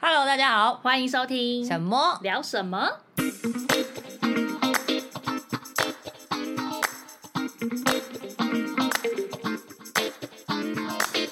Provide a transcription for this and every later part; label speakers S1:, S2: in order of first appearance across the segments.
S1: Hello，大家好，
S2: 欢迎收听
S1: 什么？
S2: 聊什么？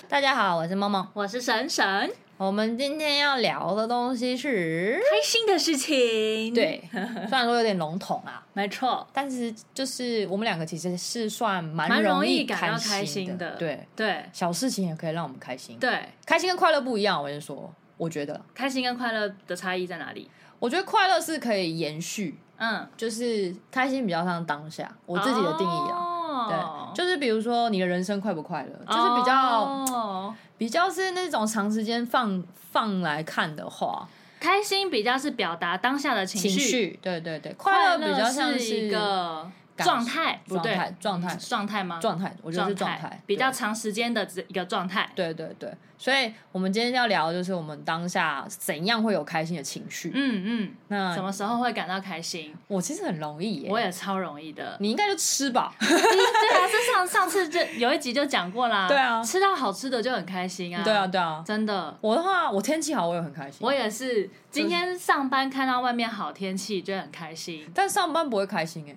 S1: 大家好，我是梦梦。
S2: 我是神神，开
S1: 我们今天要聊的东西是，
S2: 心的事情。，
S1: 对，虽然说有点笼统啊，
S2: 没错，
S1: 但是就是我们两个其实是算蛮
S2: 蛮容
S1: 易
S2: 易感到
S1: 开
S2: 开心
S1: 的，
S2: 的
S1: 对，
S2: 对
S1: 小事情也可以让我们开心，，
S2: 对，
S1: 开心跟快乐不一样，我跟你说，我觉得啦，
S2: 开心跟快乐的差异在哪里？
S1: 我觉得快乐是可以延续，
S2: 嗯，
S1: 就是开心比较像当下，我自己的定义啊。
S2: 哦
S1: 对，就是比如说你的人生快不快乐，就是比较、
S2: 哦
S1: 比较是那种长时间放放来看的话，
S2: 开心，比较是表达当下的情
S1: 情
S2: 绪，
S1: 绪对对对，
S2: 快
S1: 快乐比较像
S2: 是一个
S1: 感
S2: 状态，不
S1: 状
S2: 对，
S1: 态状态
S2: 状态吗？
S1: 状态，我觉得是状态
S2: 比较
S1: 对
S2: 长时间的一个状态。
S1: 对对对，所以我们今天要聊的就是我们当下怎样会有开心的情绪。
S2: 嗯嗯，什
S1: 那
S2: 么时候会感到开心？
S1: 我其实很容易耶，
S2: 我也超容易的。
S1: 你应该就吃吧，
S2: 对啊，这上上次就有一集就讲过啦。
S1: 对啊
S2: 吃到好吃的就很开心啊。
S1: 对啊，对啊。
S2: 真的，
S1: 我的话，我天气好，我也很开心。
S2: 我也是今天上班看到外面好天气就很开心。
S1: 但上班不会开心哎、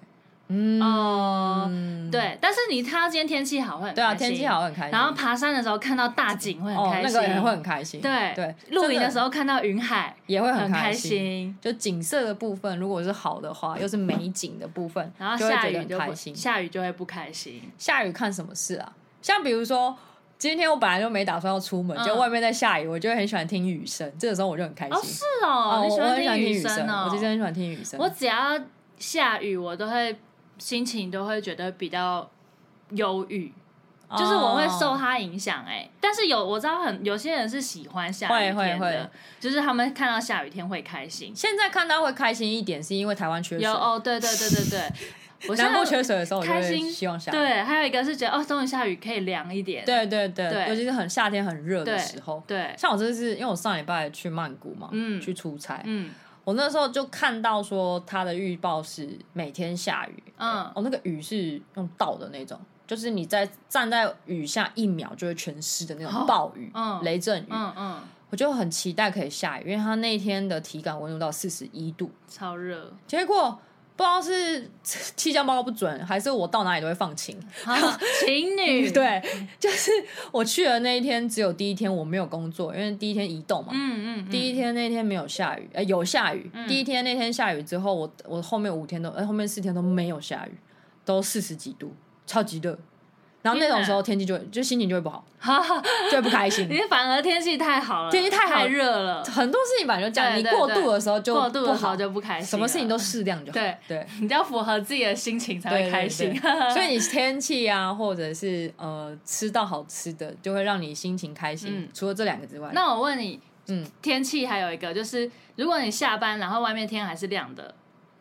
S1: 嗯，
S2: 哦
S1: 嗯，
S2: 对，但是你看到今天天气好会很开心，
S1: 对啊，天气好，会很开心。
S2: 然后爬山的时候看到大景会很
S1: 哦，
S2: 开
S1: 那
S2: 心，
S1: 个也会很开心。
S2: 对
S1: 对，
S2: 露营的时
S1: 候
S2: 候看到云海
S1: 也会
S2: 很
S1: 开心。
S2: 心，
S1: 就景色的部分，如果是好的话，又是美景的部分，
S2: 然后
S1: 就会
S2: 下
S1: 觉得
S2: 雨
S1: 很
S2: 就
S1: 开
S2: 不
S1: 心。
S2: 下雨就会不开心，
S1: 下雨看什么事啊？像比如说，今天我本来就没打算要出门，
S2: 嗯
S1: 结果外面在下雨，我就会很喜欢听雨声，这个时候我就很开心。
S2: 哦是哦，
S1: 我
S2: 你喜
S1: 我
S2: 欢
S1: 很喜欢听
S2: 雨
S1: 声
S2: 声哦，
S1: 我其实很喜欢听雨声。
S2: 我只要下雨，我都会心情都会觉得比较忧郁，就是我会受
S1: 哦
S2: 它影响哎、但是有我知道很有些人是喜欢下雨
S1: 会
S2: 天的，
S1: 会会
S2: 就是他们看到下雨天会开心。
S1: 现在看到会开心一点，是因为台湾缺水
S2: 有。哦，对对对对 对，我现
S1: 南部
S2: 在
S1: 缺水的时候，我就
S2: 开
S1: 会
S2: 心
S1: 希望下雨。
S2: 对，还有一个是觉得哦，终于下雨可以凉一点。
S1: 对对对
S2: 对
S1: 尤其是很夏天很热的
S2: 对
S1: 时候。
S2: 对，
S1: 像我这次，因为我上礼拜去曼谷嘛，
S2: 嗯
S1: 去出差，
S2: 嗯，
S1: 我那时候就看到说它的预报是每天下雨，
S2: 嗯
S1: 哦，那个雨是用倒的那种，就是你在站在雨下一秒就会全湿的那种
S2: 哦
S1: 暴雨、
S2: 嗯
S1: 雷阵雨，
S2: 嗯嗯，
S1: 我就很期待可以下雨，因为它那一天的体感温度到四十一度，
S2: 超热，
S1: 结果。不知道是 气象报告不准，还是我到哪里都会放晴。
S2: 好情侣，
S1: 对，就是我去的那一天，只有第一天我没有工作，因为第一天移动嘛。
S2: 嗯，嗯嗯，嗯
S1: 第一天那天没有下雨，呃，有下雨。第一天那天下雨之后，我我后面五天都，呃，后面四天都没有下雨，都四十几度，超级热。然后那
S2: 天哪
S1: 种时候天气就会就心情就会不好，
S2: 哈哈，
S1: 就会不开心
S2: 你。反而天气太好了，
S1: 天气太好
S2: 太热了，
S1: 很多事情本来就这样，
S2: 对
S1: 你
S2: 对
S1: 过度的时候就
S2: 过度
S1: 不
S2: 的
S1: 好
S2: 好，就不开心，
S1: 什么事情都，适量就好。
S2: 对
S1: 对。
S2: 你要符合自己的心情才
S1: 对
S2: 会开心
S1: 对。对所以你天气啊，或者是呃吃到好吃的，就会让你心情开心。
S2: 嗯
S1: 除了这两个之外，
S2: 那我问你，
S1: 嗯，
S2: 天气还有一个就是，如果你下班然后外面天还是亮的，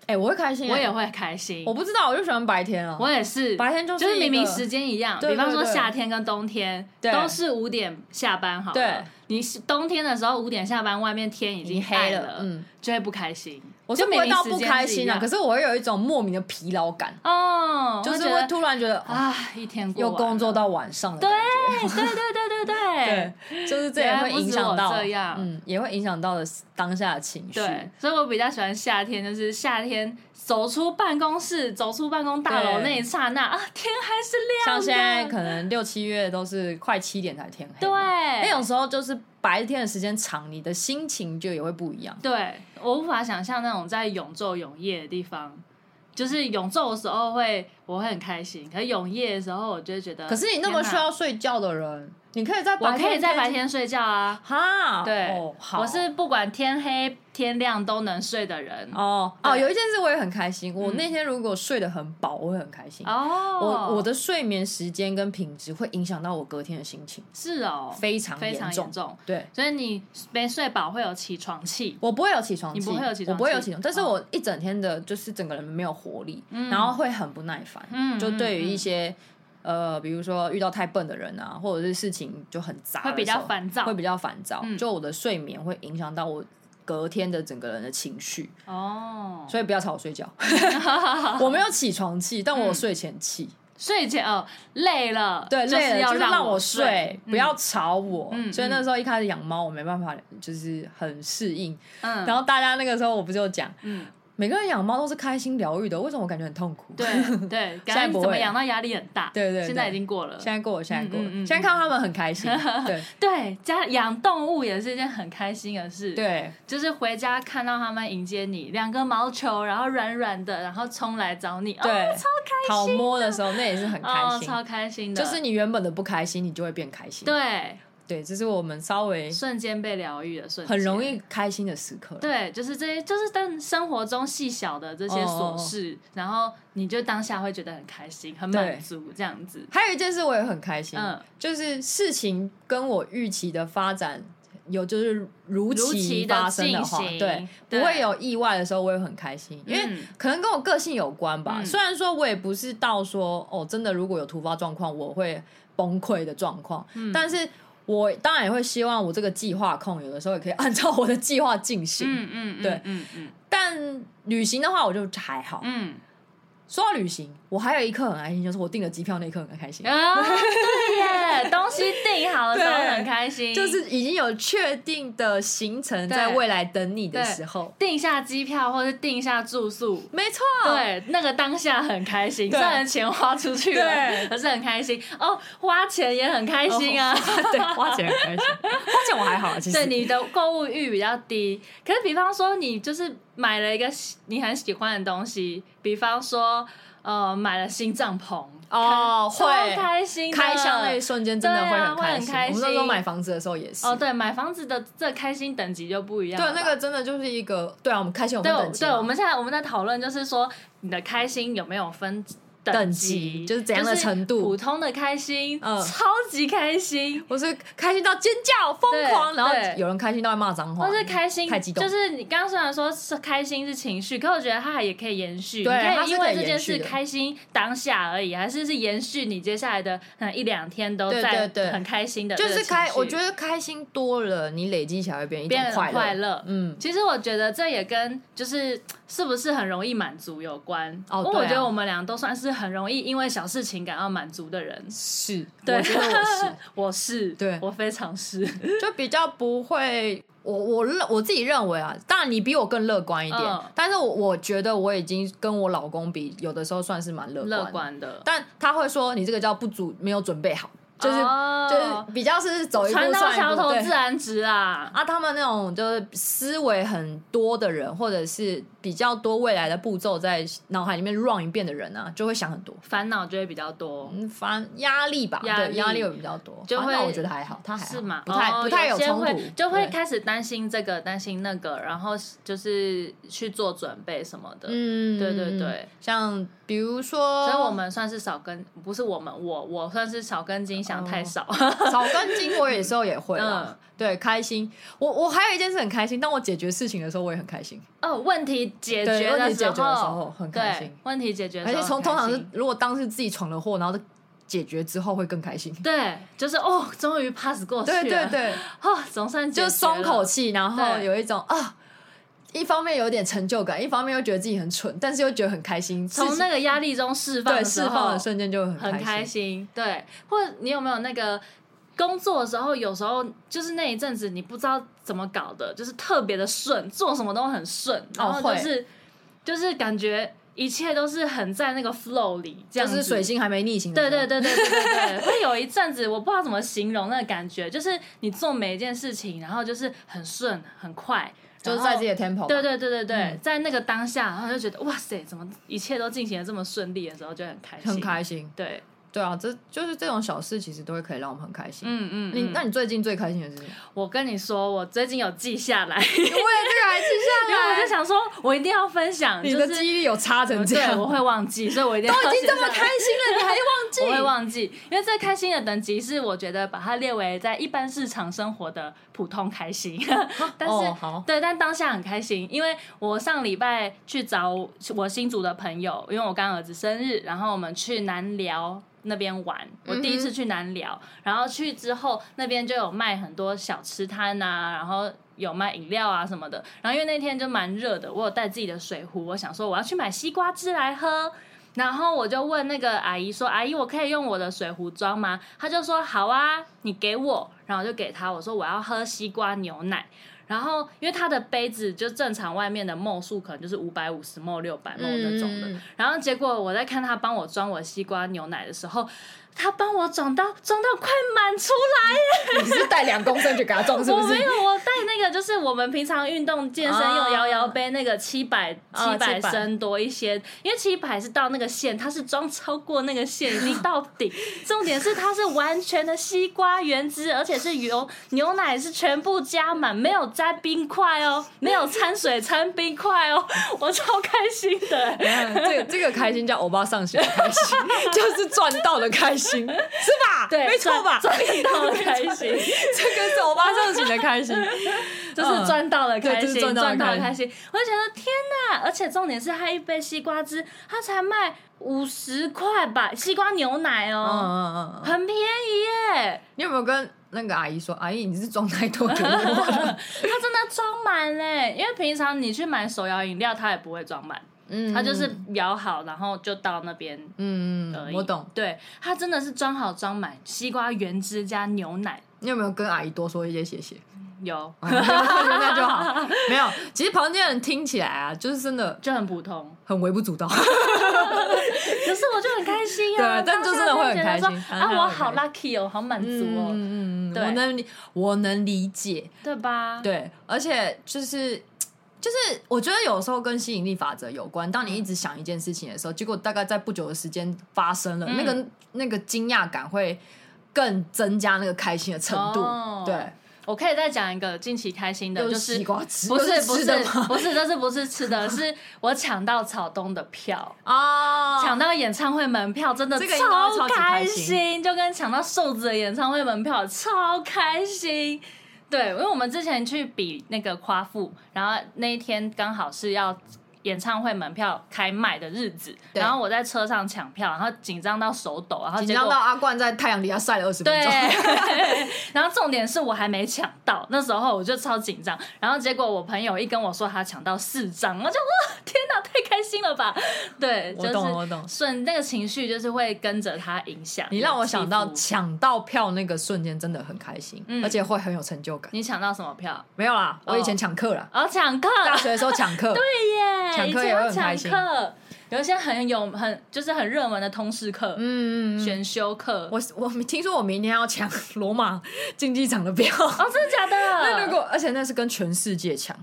S1: 哎、我会开心、
S2: 我也，会开心
S1: 我。不知道，我就喜欢白天啊，
S2: 我也是，
S1: 白天就
S2: 就是是明
S1: 一
S2: 明
S1: 个
S2: 时间一样，
S1: 对
S2: 比方
S1: 对
S2: 说
S1: 对
S2: 夏天跟冬天
S1: 对
S2: 都是五点下班好了，
S1: 对，
S2: 你是冬天的时候五点下班，外面天已
S1: 已经
S2: 经
S1: 黑
S2: 暗
S1: 了，嗯。
S2: 就会不开心。
S1: 我是
S2: 就
S1: 不
S2: 明
S1: 会
S2: 明
S1: 到
S2: 时
S1: 不
S2: 间
S1: 开
S2: 是
S1: 心
S2: 一
S1: 啊，
S2: 样
S1: 可是我会有一种莫名的疲劳感，
S2: 哦，
S1: 就是
S2: 觉
S1: 会
S2: 得
S1: 突然觉得啊，
S2: 啊，一天过
S1: 又
S2: 完
S1: 工作
S2: 了，
S1: 到晚上了，
S2: 对对对对对对
S1: 对，就是这也
S2: 原来
S1: 会
S2: 不
S1: 影
S2: 止
S1: 响
S2: 我
S1: 到，
S2: 这样
S1: 嗯，也会影响到的当下的情绪。
S2: 对，所以我比较喜欢夏天，就是夏天走出办公室、走出办公大楼
S1: 对
S2: 那一刹那啊，天还是亮
S1: 像
S2: 的。
S1: 现在可能六七月都是快七点才天黑，
S2: 对，
S1: 那种时候就是白天的时间长，你的心情就也会不一样。
S2: 对我无法想象那种在永昼永夜的地方，就是永昼的时候会我会很开心，可是永夜的时候我就会觉得，
S1: 可是你那么需要睡觉的人，你可以在
S2: 天哪，
S1: 白
S2: 我
S1: 天，
S2: 可以在白天睡觉啊。
S1: 哈，
S2: 对，
S1: 哦好，
S2: 我是不管天黑天亮都能睡的人。
S1: 哦哦，
S2: 对嗯
S1: 有一件事我也很开心，我那天如果睡得很饱，我会很开心。
S2: 哦，
S1: 我我的睡眠时间跟品质会影响到我隔天的心情，
S2: 是哦，
S1: 非常
S2: 非常
S1: 严重。
S2: 严重，
S1: 对，
S2: 所以你没睡饱会有起床气。
S1: 我不会有起床气，
S2: 你不会有起床气哦
S1: 我不会有起床，但是我一整天的就是整个人没有活力，然后会很不耐烦。
S2: 嗯
S1: 就对于
S2: 嗯嗯
S1: 一些呃，比如说遇到太笨的人啊，或者是事情就很杂的时候，
S2: 会比较烦躁
S1: 会比较烦躁。
S2: 嗯
S1: 就我的睡眠会影响到我隔天的整个人的情绪，
S2: 哦，
S1: 所以不要吵我睡觉。我没有起床气，但我有睡前气。
S2: 睡前哦累了，
S1: 对，
S2: 就
S1: 累了
S2: 是要
S1: 就是
S2: 让
S1: 我
S2: 睡，
S1: 不要吵我。
S2: 嗯
S1: 所以那时候一开始养猫，我没办法，就是很适应。
S2: 嗯，
S1: 然
S2: 后
S1: 后大家那个时候我不是有讲，
S2: 嗯，
S1: 每个人养猫都是开心疗愈的，为什么我感觉很痛苦？
S2: 对对，
S1: 现
S2: 感
S1: 在
S2: 觉
S1: 不
S2: 你
S1: 会
S2: 怎么养到压力很大，
S1: 对对对
S2: 现在已经过了
S1: 现。在过了，现在过了，
S2: 嗯嗯嗯
S1: 现在看到他们很开 心。对
S2: 对，家养动物也是一件很开心的事，，
S1: 对
S2: 就是回家看到它们迎接你，两个毛球，然后软软的，然后冲来找你，
S1: 对，
S2: 哦，
S1: 讨摸的时候那也是很开
S2: 哦，
S1: 心，
S2: 超开心的，
S1: 就是你原本的不开心，你就会变开心。
S2: 对，
S1: 对，这是我们稍微
S2: 瞬间被疗愈的瞬间，
S1: 很容易开心的时刻。
S2: 对，就是这些，就是但生活中细小的这些琐事，
S1: 哦
S2: 然后你就当下会觉得很开心、很满足这样子。
S1: 还有一件事我也很开心，
S2: 嗯
S1: 就是事情跟我预期的发展有就是如
S2: 如期
S1: 期
S2: 的
S1: 发生的
S2: 进
S1: 话，
S2: 行
S1: 对，
S2: 对
S1: 不会有意外的时候，我也很开心，因为。
S2: 嗯
S1: 可能跟我个性有关吧，
S2: 嗯
S1: 虽然说我也不是到说哦，真的如果有突发状况我会崩溃的状况，
S2: 嗯
S1: 但是我当然也会希望我这个计划控有的时候也可以按照我的计划进行。
S2: 嗯嗯，嗯
S1: 对
S2: 嗯嗯
S1: 但旅行的话，我就还好。
S2: 嗯
S1: 说到旅行，我还有一刻很开心，就是我订了机票那一刻很开心
S2: 嗯，啊，对耶，东西定好的时候
S1: 对
S2: 很开心，
S1: 就是已经有确定的行程在
S2: 对
S1: 未来等你的时候，
S2: 订一下机票或是订一下住宿。
S1: 没错，
S2: 对，那个当下很开心，虽
S1: 哦对
S2: 然钱花出去了，
S1: 对
S2: 可是很开心哦，花钱也很开心啊。
S1: 对，花钱很开心，花钱我还好，啊其实
S2: 对你的购物欲比较低。可是，比方说你就是买了一个喜你很喜欢的东西，比方说呃买了新帐篷，
S1: 哦
S2: 超
S1: 会
S2: 开心的，
S1: 开箱那一瞬间真的
S2: 对啊
S1: 很开
S2: 会很开心
S1: 我们那时候买房子的时候也是，
S2: 哦，对，买房子的这开心等级就不一样
S1: 对
S2: 了吧。
S1: 那个真的就是一个，对啊，我们开心我
S2: 对
S1: 们
S2: 我
S1: 等级嘛，
S2: 对，我们现在我们在讨论就是说你的开心有没有分。
S1: 等
S2: 级
S1: 级就是怎样的程度
S2: 就是普通的开心，
S1: 嗯
S2: 超级开心，
S1: 我是开心到尖叫疯狂，
S2: 对
S1: 然后
S2: 对
S1: 有人开心到会骂脏话，
S2: 或是开心，
S1: 太激动
S2: 就是你刚刚虽然说是开心是情绪，可我觉得它也可以延续。
S1: 对
S2: 你可
S1: 它
S2: 以
S1: 是
S2: 因
S1: 可
S2: 为
S1: 以
S2: 这件
S1: 延续
S2: 事
S1: 的
S2: 开心当下而已，还是是延续你接下来的嗯一两天都
S1: 对
S2: 在
S1: 对对
S2: 很开心的这
S1: 就
S2: 个情绪，
S1: 是开，我觉得开心多了，你累积起来会变一种
S2: 变得很
S1: 快
S2: 快
S1: 乐，
S2: 乐。
S1: 嗯，
S2: 其实我觉得这也跟就是是不是很容易满足有关，
S1: 哦
S2: 因为我
S1: 对啊
S2: 觉得我们俩都算是很容易因为小事情感到满足的人。
S1: 是，
S2: 对
S1: 我觉得我是。
S2: 我是，
S1: 对
S2: 我非常是，
S1: 就比较不会，我我认我自己认为啊，当然你比我更乐观一点，
S2: 嗯
S1: 但是我我觉得我已经跟我老公比，有的时候算是蛮乐观的
S2: 乐观的，
S1: 但他会说你这个叫不足，没有准备好，就是、
S2: 哦
S1: 就是比较是走一步
S2: 船到
S1: 算
S2: 桥
S1: 一步，
S2: 头
S1: 对
S2: 自然直啊，
S1: 啊，他们那种就是思维很多的人，或者是比较多未来的步骤在脑海里面 run 一遍的人啊，就会想很多，
S2: 烦恼就会比较多。
S1: 嗯，烦压力吧，
S2: 压力
S1: 对，压力会比较多。
S2: 就
S1: 啊
S2: 会
S1: 那我觉得还好，他还好
S2: 是吗？
S1: 不太、
S2: 哦
S1: 不太
S2: 有些
S1: 冲
S2: 会
S1: 突，
S2: 就会
S1: 对
S2: 开始担心这个，担心那个，然后就是去做准备什么的。
S1: 嗯，
S2: 对对
S1: 嗯，
S2: 对
S1: 嗯像比如说，
S2: 所以我们算是少跟，不是我们，我我算是少跟金想太少。
S1: 少根筋，我有时候也会啦。
S2: 嗯
S1: 对，开心。我我还有一件事很开心，当我解决事情的时候，我也很开心，
S2: 哦，问题解
S1: 对
S2: 决
S1: 问
S2: 的
S1: 题解
S2: 时
S1: 决的时
S2: 候
S1: 候很开
S2: 对
S1: 心，
S2: 问题解决的
S1: 而
S2: 时候
S1: 且
S2: 很
S1: 从
S2: 开心，
S1: 通常是如果当时自己闯了祸，然后解决之后会更开心。
S2: 对，就是哦，终于 pass 过去了，
S1: 对对， 对，
S2: 哦，总算解决
S1: 就
S2: 了
S1: 松口，气，然后
S2: 对
S1: 有一种啊。一方面有点成就感，一方面又觉得自己很蠢，但是又觉得很开心。
S2: 从
S1: 自己
S2: 那个压力中释放
S1: 对
S2: 时
S1: 释
S2: 候
S1: 放的瞬间就会
S2: 很
S1: 开
S2: 开。心。对，或者你有没有那个工作的时候，有时候就是那一阵子你不知道怎么搞的，就是特别的顺，做什么都很顺，然后
S1: 哦会
S2: 就是、就是感觉一切都是很在那个 flow 里，这
S1: 就
S2: 样
S1: 是
S2: 子
S1: 哦水。星还没逆行的时
S2: 对
S1: 候。
S2: 对对对对对对， 会有一阵子我不知道怎么形容那个感觉，就是你做每一件事情，然后就是很顺很快，
S1: 就是
S2: 然
S1: 在
S2: 后
S1: 自己的 tempo 吧。
S2: 对对对对对，
S1: 嗯
S2: 在那个当下，然后就觉得哇塞，怎么一切都进行的这么顺利的时候，就很开心，
S1: 很开心。
S2: 对，
S1: 对啊，这就是这种小事，其实都会可以让我们很开心。
S2: 嗯嗯，
S1: 你
S2: 嗯
S1: 那你最近最开心的是什 么？
S2: 我跟你说，我最近有记下来，
S1: 我也这个还记
S2: 因为我就想说，我一定要分享，
S1: 你
S2: 就
S1: 的
S2: 是
S1: 记忆力有差成这
S2: 对，
S1: 样，
S2: 我会忘记，所以我一定要
S1: 都已经这么
S2: 写
S1: 开
S2: 下来。
S1: 心了，你还忘记？
S2: 我会忘记，因为最开心的等级是，我觉得把它列为在一般日常生活的普通开心， 但是、
S1: 哦好
S2: 对，但当下很开心，因为我上礼拜去找我新组的朋友，因为我干儿子生日，然后我们去南寮那边玩，我第一次去南寮，然后去之后那边就有卖很多小吃摊啊，然后。有卖饮料啊什么的，然后因为那天就蛮热的，我有带自己的水壶，我想说我要去买西瓜汁来喝，然后我就问那个阿姨说：“阿姨，我可以用我的水壶装吗？”她就说：“好啊，你给我。”然后我就给她，我说我要喝西瓜牛奶。然后因为它的杯子就正常外面的梦数可能就是五百五十梦六百梦那种的。
S1: 嗯
S2: 然后结果我在看她帮我装我西瓜牛奶的时候，她帮我装到装到快满出来 了。
S1: 你是带两公升去给他装，是
S2: 我
S1: 不是
S2: 没？有，我带那个就是我们平常运动健身用摇摇杯那个七百
S1: 哦
S2: 七百
S1: 700
S2: 升多一些，因为七百是到那个线，它是装超过那个线已经到顶。重点是它是完全的西瓜原汁，而且是牛牛奶是全部加满，没有沾冰块哦，没有掺水掺冰块哦，我超开心的。
S1: 嗯这个这个开心叫欧巴上学的开心，就是赚到的开 心，是吧？
S2: 对，
S1: 没错吧？
S2: 赚赚到了开 心。
S1: 这个是欧巴上学的开心，
S2: 就是赚到了
S1: 嗯
S2: 开
S1: 对就是
S2: 心，
S1: 赚到了
S2: 赚到了
S1: 开
S2: 开心。我就觉得天哪！而且重点是，它一杯西瓜汁，它才卖五十块吧，西瓜牛奶
S1: 嗯嗯
S2: 哦，
S1: 嗯嗯嗯。
S2: 很便宜耶！
S1: 你有没有跟那个阿姨说，阿姨你是装太多给我 了？
S2: 它真的装满嘞，因为平常你去买手摇饮料，它也不会装满，
S1: 嗯
S2: 它就是摇好，然后就到那边。
S1: 嗯，
S2: 而
S1: 嗯
S2: 已
S1: 我懂。，
S2: 对，它真的是装好装满，西瓜原汁加牛奶，
S1: 你有没有跟阿姨多说一些谢谢？
S2: 有
S1: 哦那就好，没有。其实旁边人听起来啊，就是真的
S2: 就很普通，
S1: 很微不足道。
S2: 可是我就很开心啊！
S1: 对但就真的会很开心
S2: 当下就觉得说
S1: 嗯
S2: 啊，我好 lucky 哦，好满足哦，
S1: 嗯嗯嗯，
S2: 对
S1: 我能理，我能理解。
S2: 对吧？
S1: 对，而且就是。就是我觉得有时候跟吸引力法则有关。当你一直想一件事情的时候，结果大概在不久的时间发生了，
S2: 嗯
S1: 那个那个惊讶感会更增加那个开心的程度。
S2: 哦
S1: 对，
S2: 我可以再讲一个近期开心的，
S1: 又
S2: 就是是
S1: 西瓜汁
S2: 不
S1: 又
S2: 是
S1: 是
S2: 不
S1: 吃
S2: 是
S1: 的吗
S2: 不是，这是不是吃 的？是我抢到草东的票，
S1: 啊，
S2: 抢到演唱会门票，真的
S1: 这个应该超级
S2: 开
S1: 开心
S2: 就跟抢到瘦子的演唱会门票超开心。对，因为我们之前去比那个夸父，然后那一天刚好是要。演唱会门票开卖的日子，
S1: 对
S2: 然后我在车上抢票，然后紧张到手抖，然后
S1: 紧
S2: 结果
S1: 张到阿冠在太阳底下晒了二十分钟。
S2: 对， 然后重点是我还没抢到，那时候我就超紧张。然后结果我朋友一跟我说他抢到四张，我就哇，天哪，太开心了吧？对，
S1: 我
S2: 就
S1: 懂，
S2: 是
S1: 我懂。
S2: 顺那个情绪就是会跟着他影响。
S1: 你让我想到
S2: 起伏
S1: 抢到票那个瞬间真的很开心，
S2: 嗯
S1: 而且会很有成就感。
S2: 你抢到什么票？
S1: 没有啦，我以前
S2: 哦
S1: 抢课啦，
S2: 哦，抢 课，
S1: 大学的时候抢 课，
S2: 对耶，
S1: 抢
S2: 以
S1: 课
S2: 前
S1: 也会
S2: 要
S1: 很开
S2: 抢
S1: 心
S2: 课，有一些很有很就是很热门的通识课、
S1: 嗯嗯嗯。
S2: 选修课。
S1: 我我听说我明天要抢罗马竞技场的 票，
S2: 哦，真的假的？
S1: 那如果而且那是跟全世界抢，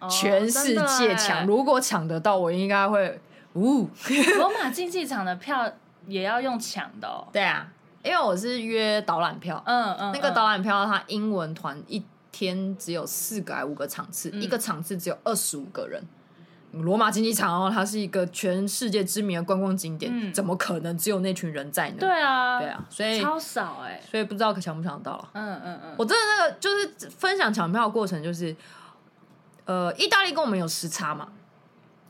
S2: 哦
S1: 全世界抢，。如果抢得到，我应该会呜。
S2: 真的耶罗马竞技场的票也要用抢的哦。
S1: 对啊，因为我是约导览票，
S2: 嗯嗯，
S1: 那个
S2: 嗯
S1: 导览票它英文团一天只有四个还五个场次，
S2: 嗯
S1: 一个场次只有二十五个人。罗马竞技场哦，它是一个全世界知名的观光景点，
S2: 嗯
S1: 怎么可能只有那群人在呢？
S2: 对啊，
S1: 对，啊，所以
S2: 超少哎、
S1: 所以不知道可抢不抢得到了。
S2: 嗯嗯嗯，
S1: 我真的那个就是分享抢票的过程，就是呃，意大利跟我们有时差嘛，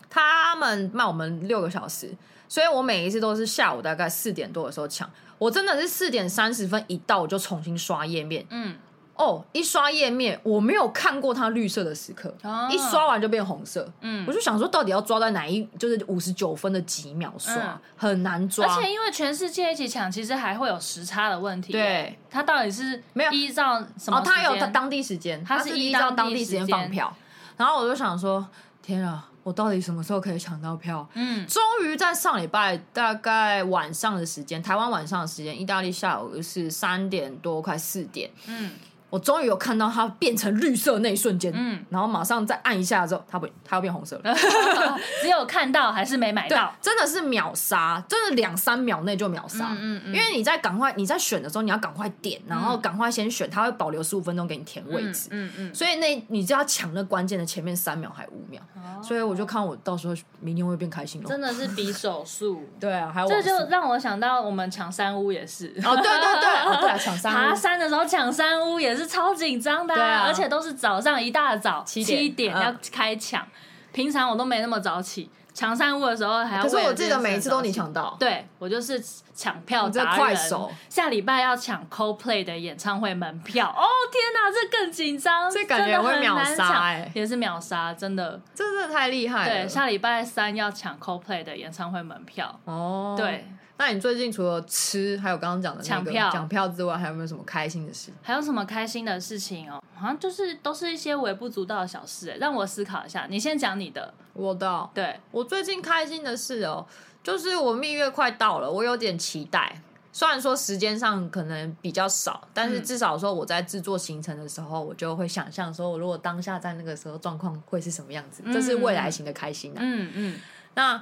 S1: 他们卖我们六个小时，所以我每一次都是下午大概四点多的时候抢，我真的是四点三十分一到我就重新刷页面，
S2: 嗯，
S1: 哦，一刷页面我没有看过它绿色的时刻，
S2: 哦
S1: 一刷完就变红色，
S2: 嗯
S1: 我就想说到底要抓在哪一就是五十九分的几秒刷，
S2: 嗯
S1: 很难抓，
S2: 而且因为全世界一起抢，其实还会有时差的问题、欸
S1: 对，
S2: 它到底是
S1: 没有
S2: 依照什么
S1: 哦，
S2: 时间？
S1: 他有他当地时间，
S2: 它
S1: 他
S2: 是
S1: 是
S2: 依
S1: 依照
S2: 当
S1: 当
S2: 地
S1: 地
S2: 时
S1: 时间
S2: 间
S1: 放票。然后我就想说，天啊，我到底什么时候可以抢到票？
S2: 嗯
S1: 终于在上礼拜大概晚上的时间，台湾晚上的时间，意大利下午是三点多快四点，
S2: 嗯
S1: 我终于有看到它变成绿色那一瞬间，
S2: 嗯，呃
S1: 然后马上再按一下之后，它不，它又变红色了。
S2: 哦只有看到还是没买
S1: 对
S2: 到，，
S1: 真的是秒杀，真的两三秒内就秒杀。
S2: 嗯嗯
S1: 因为你在赶快你在选的时候，你要赶快点，然后赶快先选，它会保留十五分钟给你填位置。
S2: 嗯嗯，
S1: 所以那你就要抢那关键的前面三秒还五秒，
S2: 哦
S1: 所以我就看我到时候明天会变开心哦。
S2: 真的是比手速。
S1: 对啊，还有
S2: 这
S1: 网速
S2: 就让我想到我们抢山屋也是，
S1: 哦，对对 对，哦对啊，抢三
S2: 爬
S1: 屋
S2: 山的时候抢山屋也是超紧张的、
S1: 对啊
S2: 而且都是早上一大早
S1: 七点
S2: 点
S1: 嗯
S2: 要开抢、平常我都没那么早起，抢散步的时候还要
S1: 可
S2: 为了这
S1: 是我记
S2: 件事伤心。
S1: 得每一次都你抢到，
S2: 对我就是抢票
S1: 你这
S2: 达人，
S1: 快手
S2: 下礼拜要抢 Coldplay 的演唱会门票。哦天哪，这更紧张，
S1: 这感觉
S2: 真的很
S1: 会秒
S2: 难
S1: 杀
S2: 抢
S1: 欸
S2: 也是秒杀，真的。
S1: 这真的太厉害
S2: 对，
S1: 了。
S2: 下礼拜三要抢 Coldplay 的演唱会门票。
S1: 哦，
S2: 对。，
S1: 那你最近除了吃，还有刚刚讲的那
S2: 抢
S1: 个
S2: 票
S1: 抢票之外，还有没有什么开心的事？
S2: 还有什么开心的事情哦？好像就是都是一些微不足道的小事欸，让我思考一下。你先讲你的，
S1: 我的，哦
S2: 对，
S1: 我最近开心的事哦，就是我蜜月快到了，我有点期待。虽然说时间上可能比较少，但是
S2: 嗯
S1: 至少说我在制作行程的时候，我就会想象说，我如果当下在那个时候状况会是什么样子，这是未来型的开心啊。
S2: 嗯嗯，
S1: 那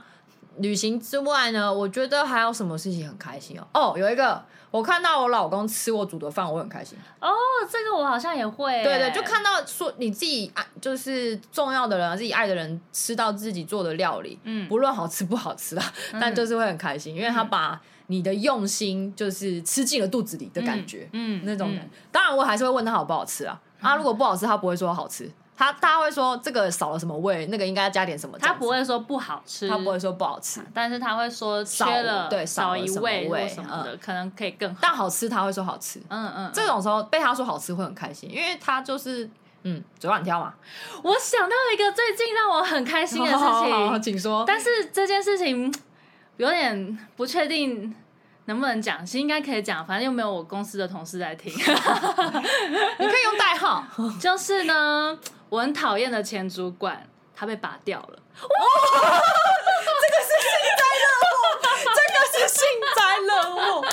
S1: 旅行之外呢，我觉得还有什么事情很开心哦？哦，有一个，我看到我老公吃我煮的饭，我很开心。
S2: 哦，这个我好像也会欸，
S1: 对对，就看到说你自己爱，就是重要的人啊，自己爱的人吃到自己做的料理，
S2: 嗯
S1: 不论好吃不好吃啦，但就是会很开心，因为他把你的用心就是吃进了肚子里的感觉，
S2: 嗯嗯
S1: 那种
S2: 嗯
S1: 感觉。当然，我还是会问他好不好吃啊，啊，如果不好吃，他不会说好吃，他他会说这个少了什么味，那个应该加点什么，
S2: 他不
S1: 会，
S2: 会说不好吃，嗯
S1: 他不会说不好吃，
S2: 但是他会说缺
S1: 少
S2: 了
S1: 对
S2: 少
S1: 少了
S2: 一
S1: 什么
S2: 位或
S1: 味
S2: 什么的，可能可以更好。
S1: 但好吃他会说好吃。
S2: 嗯嗯，
S1: 这种时候被他说好吃会很开心，因为他就是嗯嘴软挑嘛。
S2: 我想到一个最近让我很开心的事
S1: 好好好
S2: 情，
S1: 请说。
S2: 但是这件事情嗯有点不确定能不能讲，其实应该可以讲，反正又没有我公司的同事在听。
S1: 你可以用代号。
S2: 就是呢，我很讨厌的前主管，他被拔掉了。
S1: 这个是幸灾乐祸。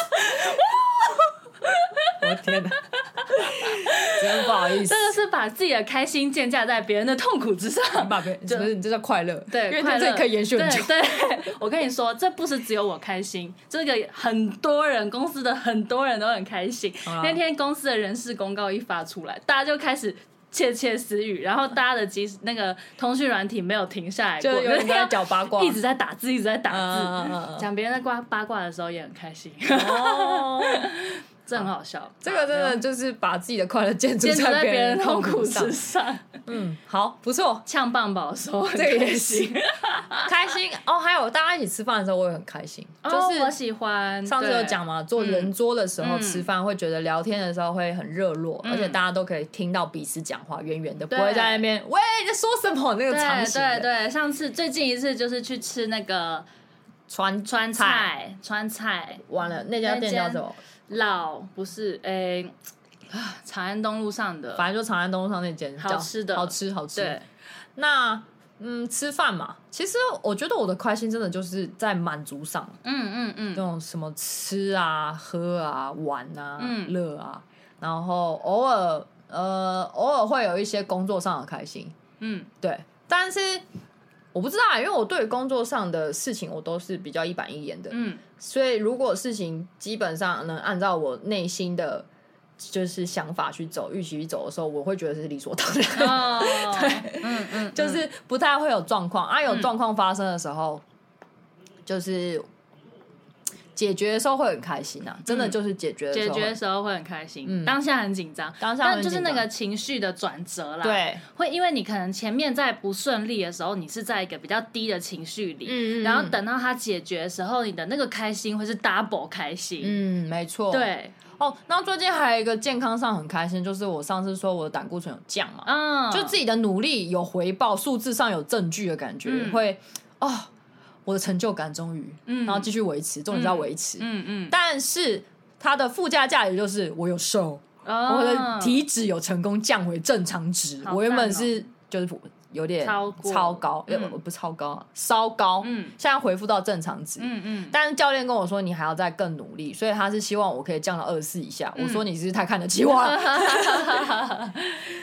S1: 我天哪，真不好意思
S2: 这，个是把自己的开心建架在别人的痛苦之上。
S1: 你把别不是你这叫快乐，
S2: 对，
S1: 因为
S2: 快
S1: 这
S2: 乐
S1: 里可以延续很久。
S2: 对，对 我跟你说，这不是只有我开心，这个很多人，公司的很多人都很开心。
S1: 啦
S2: 那天公司的人事公告一发出来，大家就开始。窃窃私语，然后大家的即那个通讯软体没有停下来过，
S1: 就是有人在讲八卦
S2: 一直在打字，一直在打字，
S1: 嗯嗯嗯嗯
S2: 讲别人在挂八卦的时候也很 开心，
S1: 哦，
S2: 这很好笑。
S1: 这个真的就是把自己的快乐 建筑
S2: 建筑在
S1: 别
S2: 别
S1: 人
S2: 人
S1: 的
S2: 痛
S1: 苦
S2: 苦
S1: 上
S2: 之。上，
S1: 嗯，好，不错，
S2: 呛棒宝的时候很
S1: 这个也
S2: 开心，
S1: 开心哦。还有大家一起吃饭的时候，我也很开心，就
S2: 哦我
S1: 是。
S2: 喜欢。
S1: 上次有
S2: 对
S1: 讲嘛，坐人桌的时候
S2: 嗯
S1: 吃饭，会觉得聊天的时候会很热络，而且大家都可以听到彼此讲话，远远的，不
S2: 对
S1: 会在那边喂你在说什么那个场
S2: 对
S1: 景。
S2: 对对，上次最近一次就是去吃那个
S1: 川
S2: 川
S1: 川菜，
S2: 菜，川菜
S1: 完了那家店叫什么？
S2: 老不是诶、啊长安东路上的，
S1: 反正就长安东路上那间，
S2: 好
S1: 叫
S2: 吃的
S1: 好吃好吃
S2: 对。，
S1: 那嗯，吃饭嘛，其实我觉得我的开心真的就是在满足上，
S2: 嗯嗯
S1: 那
S2: 嗯，
S1: 种什么吃啊、喝啊、玩啊、
S2: 嗯
S1: 乐啊，然后偶尔呃偶尔会有一些工作上的开心，
S2: 嗯
S1: 对，但是。我不知道啊，因为我对于工作上的事情，我都是比较一板一眼的。
S2: 嗯
S1: 所以如果事情基本上能按照我内心的就是想法去走、预期去走的时候，我会觉得是理所当然，
S2: 哦，对，嗯 嗯，
S1: 就是不太会有状况啊。有状况发生的时候，就是解决的时候会很开心啊，真的就是解决的时
S2: 解
S1: 候
S2: 决
S1: 会
S2: 的时候会很开心，
S1: 嗯
S2: 当下很紧张，
S1: 当下
S2: 但
S1: 很
S2: 就是
S1: 紧
S2: 那
S1: 张
S2: 个情绪的转折啦，，
S1: 对，
S2: 会因为你可能前面在不顺利的时候，你是在一个比较低的情绪里，
S1: 嗯嗯嗯
S2: 然后等到它解决的时候，你的那个开心会是 double 开心，
S1: 嗯，没错，。
S2: 对，
S1: 哦，那最近还有一个健康上很开心，就是我上次说我的胆固醇有降嘛，
S2: 嗯，
S1: 就自己的努力有回报，数字上有证据的感觉，
S2: 嗯
S1: 会哦，我的成就感终于，
S2: 嗯
S1: 然后继续维持，重点是要维持。
S2: 嗯嗯，
S1: 但是它的附加价值就是我有瘦，
S2: 哦
S1: 我的体脂有成功降回正常值。
S2: 好
S1: 我原本
S2: 赞哦
S1: 是就是有点
S2: 超过
S1: 超高，呃
S2: 嗯
S1: 不不超高啊，稍高，
S2: 嗯
S1: 现在恢复到正常值。
S2: 嗯嗯，
S1: 但是教练跟我说你还要再更努力，所以他是希望我可以降到二十四以下。我说你是不是太看得起 我了，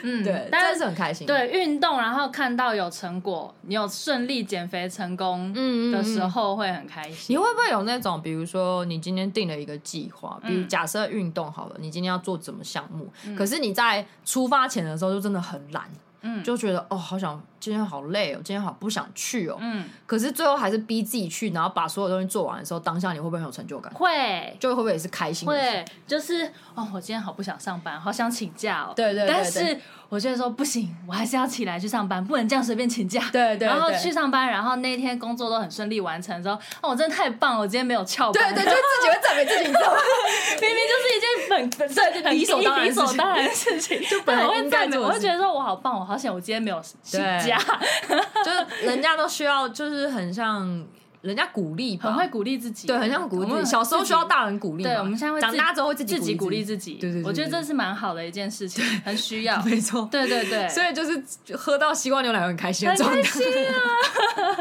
S2: 嗯
S1: 对，真
S2: 但
S1: 的是很开心。
S2: 对运动，然后看到有成果，你有顺利减肥成功
S1: 嗯，嗯嗯
S2: 的时候会很开心。
S1: 你会不会有那种，比如说你今天定了一个计划，比如
S2: 嗯
S1: 假设运动好了，你今天要做什么项目，可是你在出发前的时候就真的很懒，
S2: 嗯
S1: 就觉得哦，好想今天好累哦，今天好不想去哦。
S2: 嗯，
S1: 可是最后还是逼自己去，然后把所有东西做完的时候，当下你会不会很有成就感？
S2: 会
S1: 就会不会也是开心的事？
S2: 会，就是哦，我今天好不想上班，好想请假哦。
S1: 对对对
S2: 但
S1: 对
S2: 是我觉得说不行，我还是要起来去上班，不能这样随便请假。
S1: 对对
S2: 然后
S1: 对
S2: 去上班，然后那天工作都很顺利完成之后，哦，我真的太棒了，我今天没有翘班。
S1: 对对，就自己会赞美自己，你知道吗？
S2: 明明就是一件很对很
S1: 理所当然
S2: 理
S1: 的事情
S2: 所当然的事情，就
S1: 本来
S2: 我会
S1: 应该
S2: 赞美，
S1: 做
S2: 我
S1: 的
S2: 会觉得说我好棒，我好想我今天没有请 假，
S1: 就是人家都需要，就是很像人家鼓励吧，
S2: 很会鼓励自己，
S1: 对，很像鼓励
S2: 我
S1: 自己。
S2: 们
S1: 小时候需要大人鼓励嘛，
S2: 对，我们现在会
S1: 长
S2: 自
S1: 大之后会自己
S2: 自己鼓励自
S1: 己，
S2: 己，
S1: 对对对
S2: 我觉得
S1: 对
S2: 这是蛮好的一件事情，很需 要，
S1: 没错。
S2: 对对对，
S1: 所以就是喝到西瓜牛奶很开心的
S2: 很
S1: 状
S2: 开
S1: 态。
S2: 心啊，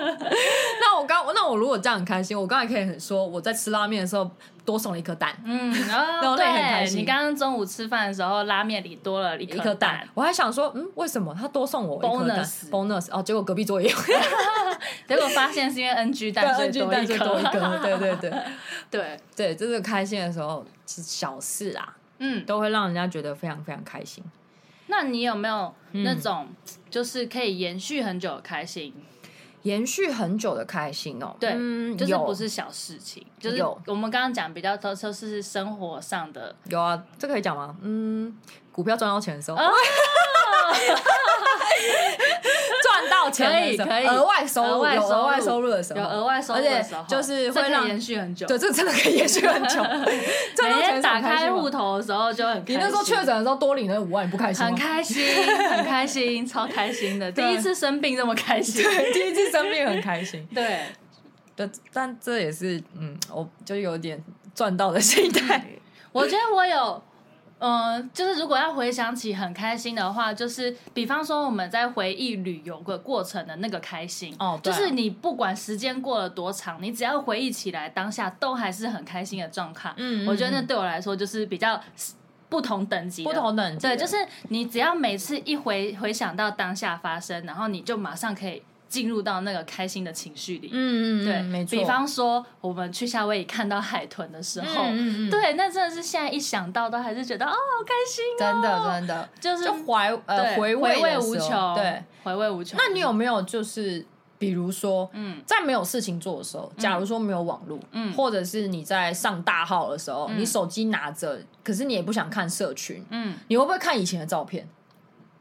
S1: 那我刚，那我如果这样很开心，我刚才可以很说我在吃拉面的时候多送了一颗蛋，
S2: 嗯，
S1: 然后
S2: 哦
S1: 我也很开
S2: 对，
S1: 心
S2: 你刚刚中午吃饭的时候，拉面里多了一
S1: 一颗
S2: 颗
S1: 蛋
S2: 蛋，，
S1: 我还想说，嗯，为什么他多送我一颗蛋
S2: Bonus
S1: bonus 哦，结果隔壁桌也有
S2: 结果发现 是因为 NG 蛋，所以
S1: 就
S2: 多一
S1: 蛋就多一
S2: 颗，
S1: 颗，对对对
S2: 对，
S1: 对，这是开心的时候是小事啊，
S2: 嗯，
S1: 都会让人家觉得非常非常开心。
S2: 那你有没有那种就是可以延续很久的开心？
S1: 延续很久的开心哦，
S2: 对
S1: 嗯，
S2: 就是
S1: 有
S2: 不是小事情，就是
S1: 有
S2: 我们刚刚讲比较多都是生活上的，
S1: 有啊，这可以讲吗？嗯，股票赚到钱的时候，
S2: 哦
S1: 赚到钱的时候
S2: 可以可以
S1: 额外收入，
S2: 额外
S1: 有
S2: 收入
S1: 额外收入的时候，
S2: 有额外收入的时候，
S1: 而且就是
S2: 这可
S1: 会
S2: 以
S1: 让
S2: 延续很久。
S1: 对，这真的可以延续很久。赚到钱
S2: 每天
S1: 的时候
S2: 打
S1: 很开
S2: 开
S1: 心吗
S2: 户头的时候就很开
S1: 你
S2: 心，
S1: 那时候确诊的时候多领了五万，你不开心吗
S2: 很？开心，很开心，超开心的，第
S1: 对
S2: 一次生病这么开心，
S1: 对， 第一次生病很开心。
S2: 对，
S1: 对，但这也是嗯，我就有点赚到的心态。
S2: 我觉得我有，呃，就是如果要回想起很开心的话，就是比方说我们在回忆旅游的过程的那个开心，
S1: 哦对
S2: 就
S1: 啊
S2: 是你不管时间过了多长，你只要回忆起来，当下都还是很开心的状态。
S1: 嗯嗯
S2: 我觉得那对我来说就是比较不同等级的，
S1: 不同等级的
S2: 对，就是你只要每次一回回想到当下发生，然后你就马上可以进入到那个开心的情绪里。
S1: 嗯嗯，嗯
S2: 对，
S1: 没错。
S2: 比方说我们去夏威夷看到海豚的时候，
S1: 嗯嗯嗯
S2: 对，那真的是现在一想到都还是觉得哦，好开心哦，
S1: 真的真的，
S2: 就是
S1: 就怀呃
S2: 对
S1: 回
S2: 回
S1: 味的
S2: 无
S1: 时候
S2: 穷，
S1: 对，，
S2: 回味无穷。
S1: 那你有没有就是比如说，
S2: 嗯
S1: 在没有事情做的时候，假如说没有网络，
S2: 嗯
S1: 或者是你在上大号的时候，你手机拿着，可是你也不想看社群，
S2: 嗯，
S1: 你会不会看以前的照片？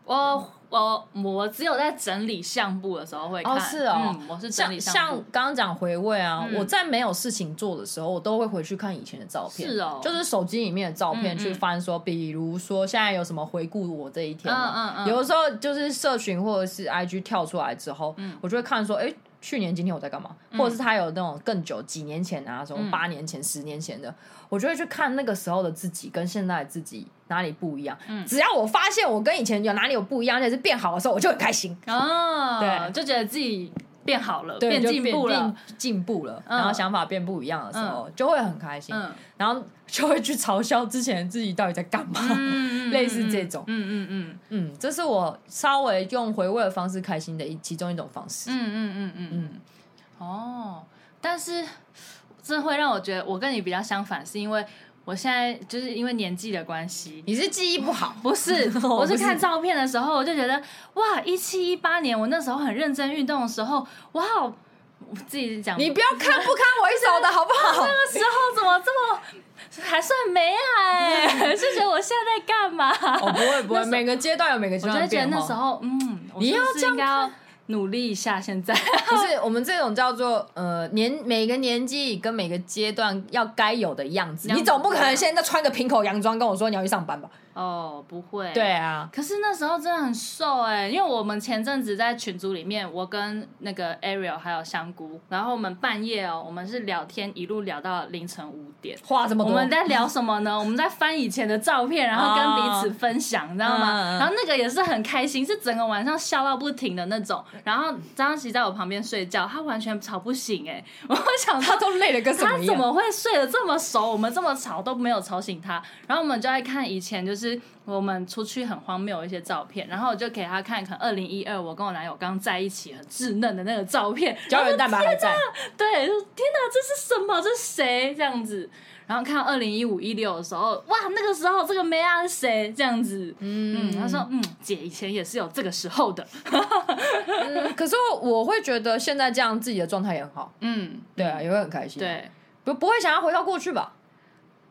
S2: 我我我只有在整理相簿的时候会看，
S1: 哦是哦
S2: 嗯，我是整
S1: 像
S2: 理
S1: 像
S2: 相簿，
S1: 刚刚讲回味啊，
S2: 嗯
S1: 我在没有事情做的时候，我都会回去看以前的照片，
S2: 是哦
S1: 就是手机里面的照片
S2: 嗯嗯
S1: 去翻说，比如说现在有什么回顾我这一天嘛，
S2: 嗯嗯嗯
S1: 有的时候就是社群或者是 IG 跳出来之后，
S2: 嗯
S1: 我就会看说，哎、去年今天我在干嘛，或者是他有那种更久几年前啊，什么
S2: 嗯
S1: 八年前、十年前的，我就会去看那个时候的自己跟现在的自己哪里不一样。
S2: 嗯
S1: 只要我发现我跟以前有哪里有不一样，而且是变好的时候，我就很开心。
S2: 哦，
S1: 对
S2: 就觉得自己变好了，
S1: 对，
S2: 变
S1: 就
S2: 进步了，
S1: 进进步了，
S2: 嗯
S1: 然后想法变不一样的时候，就会很开心，
S2: 嗯
S1: 然后就会去嘲笑之前自己到底在干嘛，
S2: 嗯，嗯
S1: 类似这种
S2: 嗯嗯 嗯
S1: 嗯，这是我稍微用回味的方式开心的一其中一种方式，
S2: 嗯嗯嗯嗯嗯，哦，但是这会让我觉得我跟你比较相反，是因为我现在就是因为年纪的关系，
S1: 你是记忆不好，，
S2: 哦不是
S1: 我
S2: 我
S1: 不
S2: 是
S1: 是
S2: 看照片的时候，我就觉得哇，一七一八年我那时候很认真运动的时候，哇，我自己讲，
S1: 你不要看不堪回首的好不好？
S2: 那时候怎么这么还算美哎、 就觉得我现在在干嘛？
S1: 哦，不会不会，每个阶段有每个阶
S2: 我就
S1: 段的
S2: 会觉得
S1: 变
S2: 那
S1: 化。
S2: 时候，嗯，我
S1: 你
S2: 是
S1: 要
S2: 不
S1: 这
S2: 是
S1: 样
S2: 应该要努力一下？现在
S1: 不是我们这种叫做呃年每个年纪跟每个阶段要该有的样子，
S2: 样
S1: 你
S2: 子
S1: 总不可能现在穿个平口洋装跟我说你要去上班吧？
S2: 哦，不会，
S1: 对啊，
S2: 可是那时候真的很瘦哎、因为我们前阵子在群组里面，我跟那个 Ariel 还有香菇，然后我们半夜哦、我们是聊天一路聊到凌晨五点。
S1: 话这么
S2: 我
S1: 多，
S2: 们在聊什 么呢？我们在翻以前的照片，然后跟彼此分享，你知道
S1: 嗯嗯
S2: 吗？然后那个也是很开心，是整个晚上笑到不停的那种。然后张琪在我旁边睡觉，他完全吵不醒哎、 我想
S1: 他
S2: 说。
S1: 都累得跟什
S2: 他
S1: 么一样
S2: 怎？么会睡得这么熟？我们这么吵都没有吵醒他。然后我们就在看以前，就是我们出去很荒谬的一些照片。然后我就给他看，可能二零一二我跟我男友刚在一起很稚嫩的那个照片，
S1: 胶原蛋白还在。
S2: 对，就天哪，这是什么？这是谁？这样子。然后看到二零一五一六的时候，哇，那个时候这个梅啊是谁？这样子，嗯，他说，嗯，姐以前也是有这个时候的，
S1: 嗯，可是我会觉得现在这样自己的状态也很好，
S2: 嗯，
S1: 对啊，也会很开心，，
S2: 对，
S1: 不不会想要回到过去吧？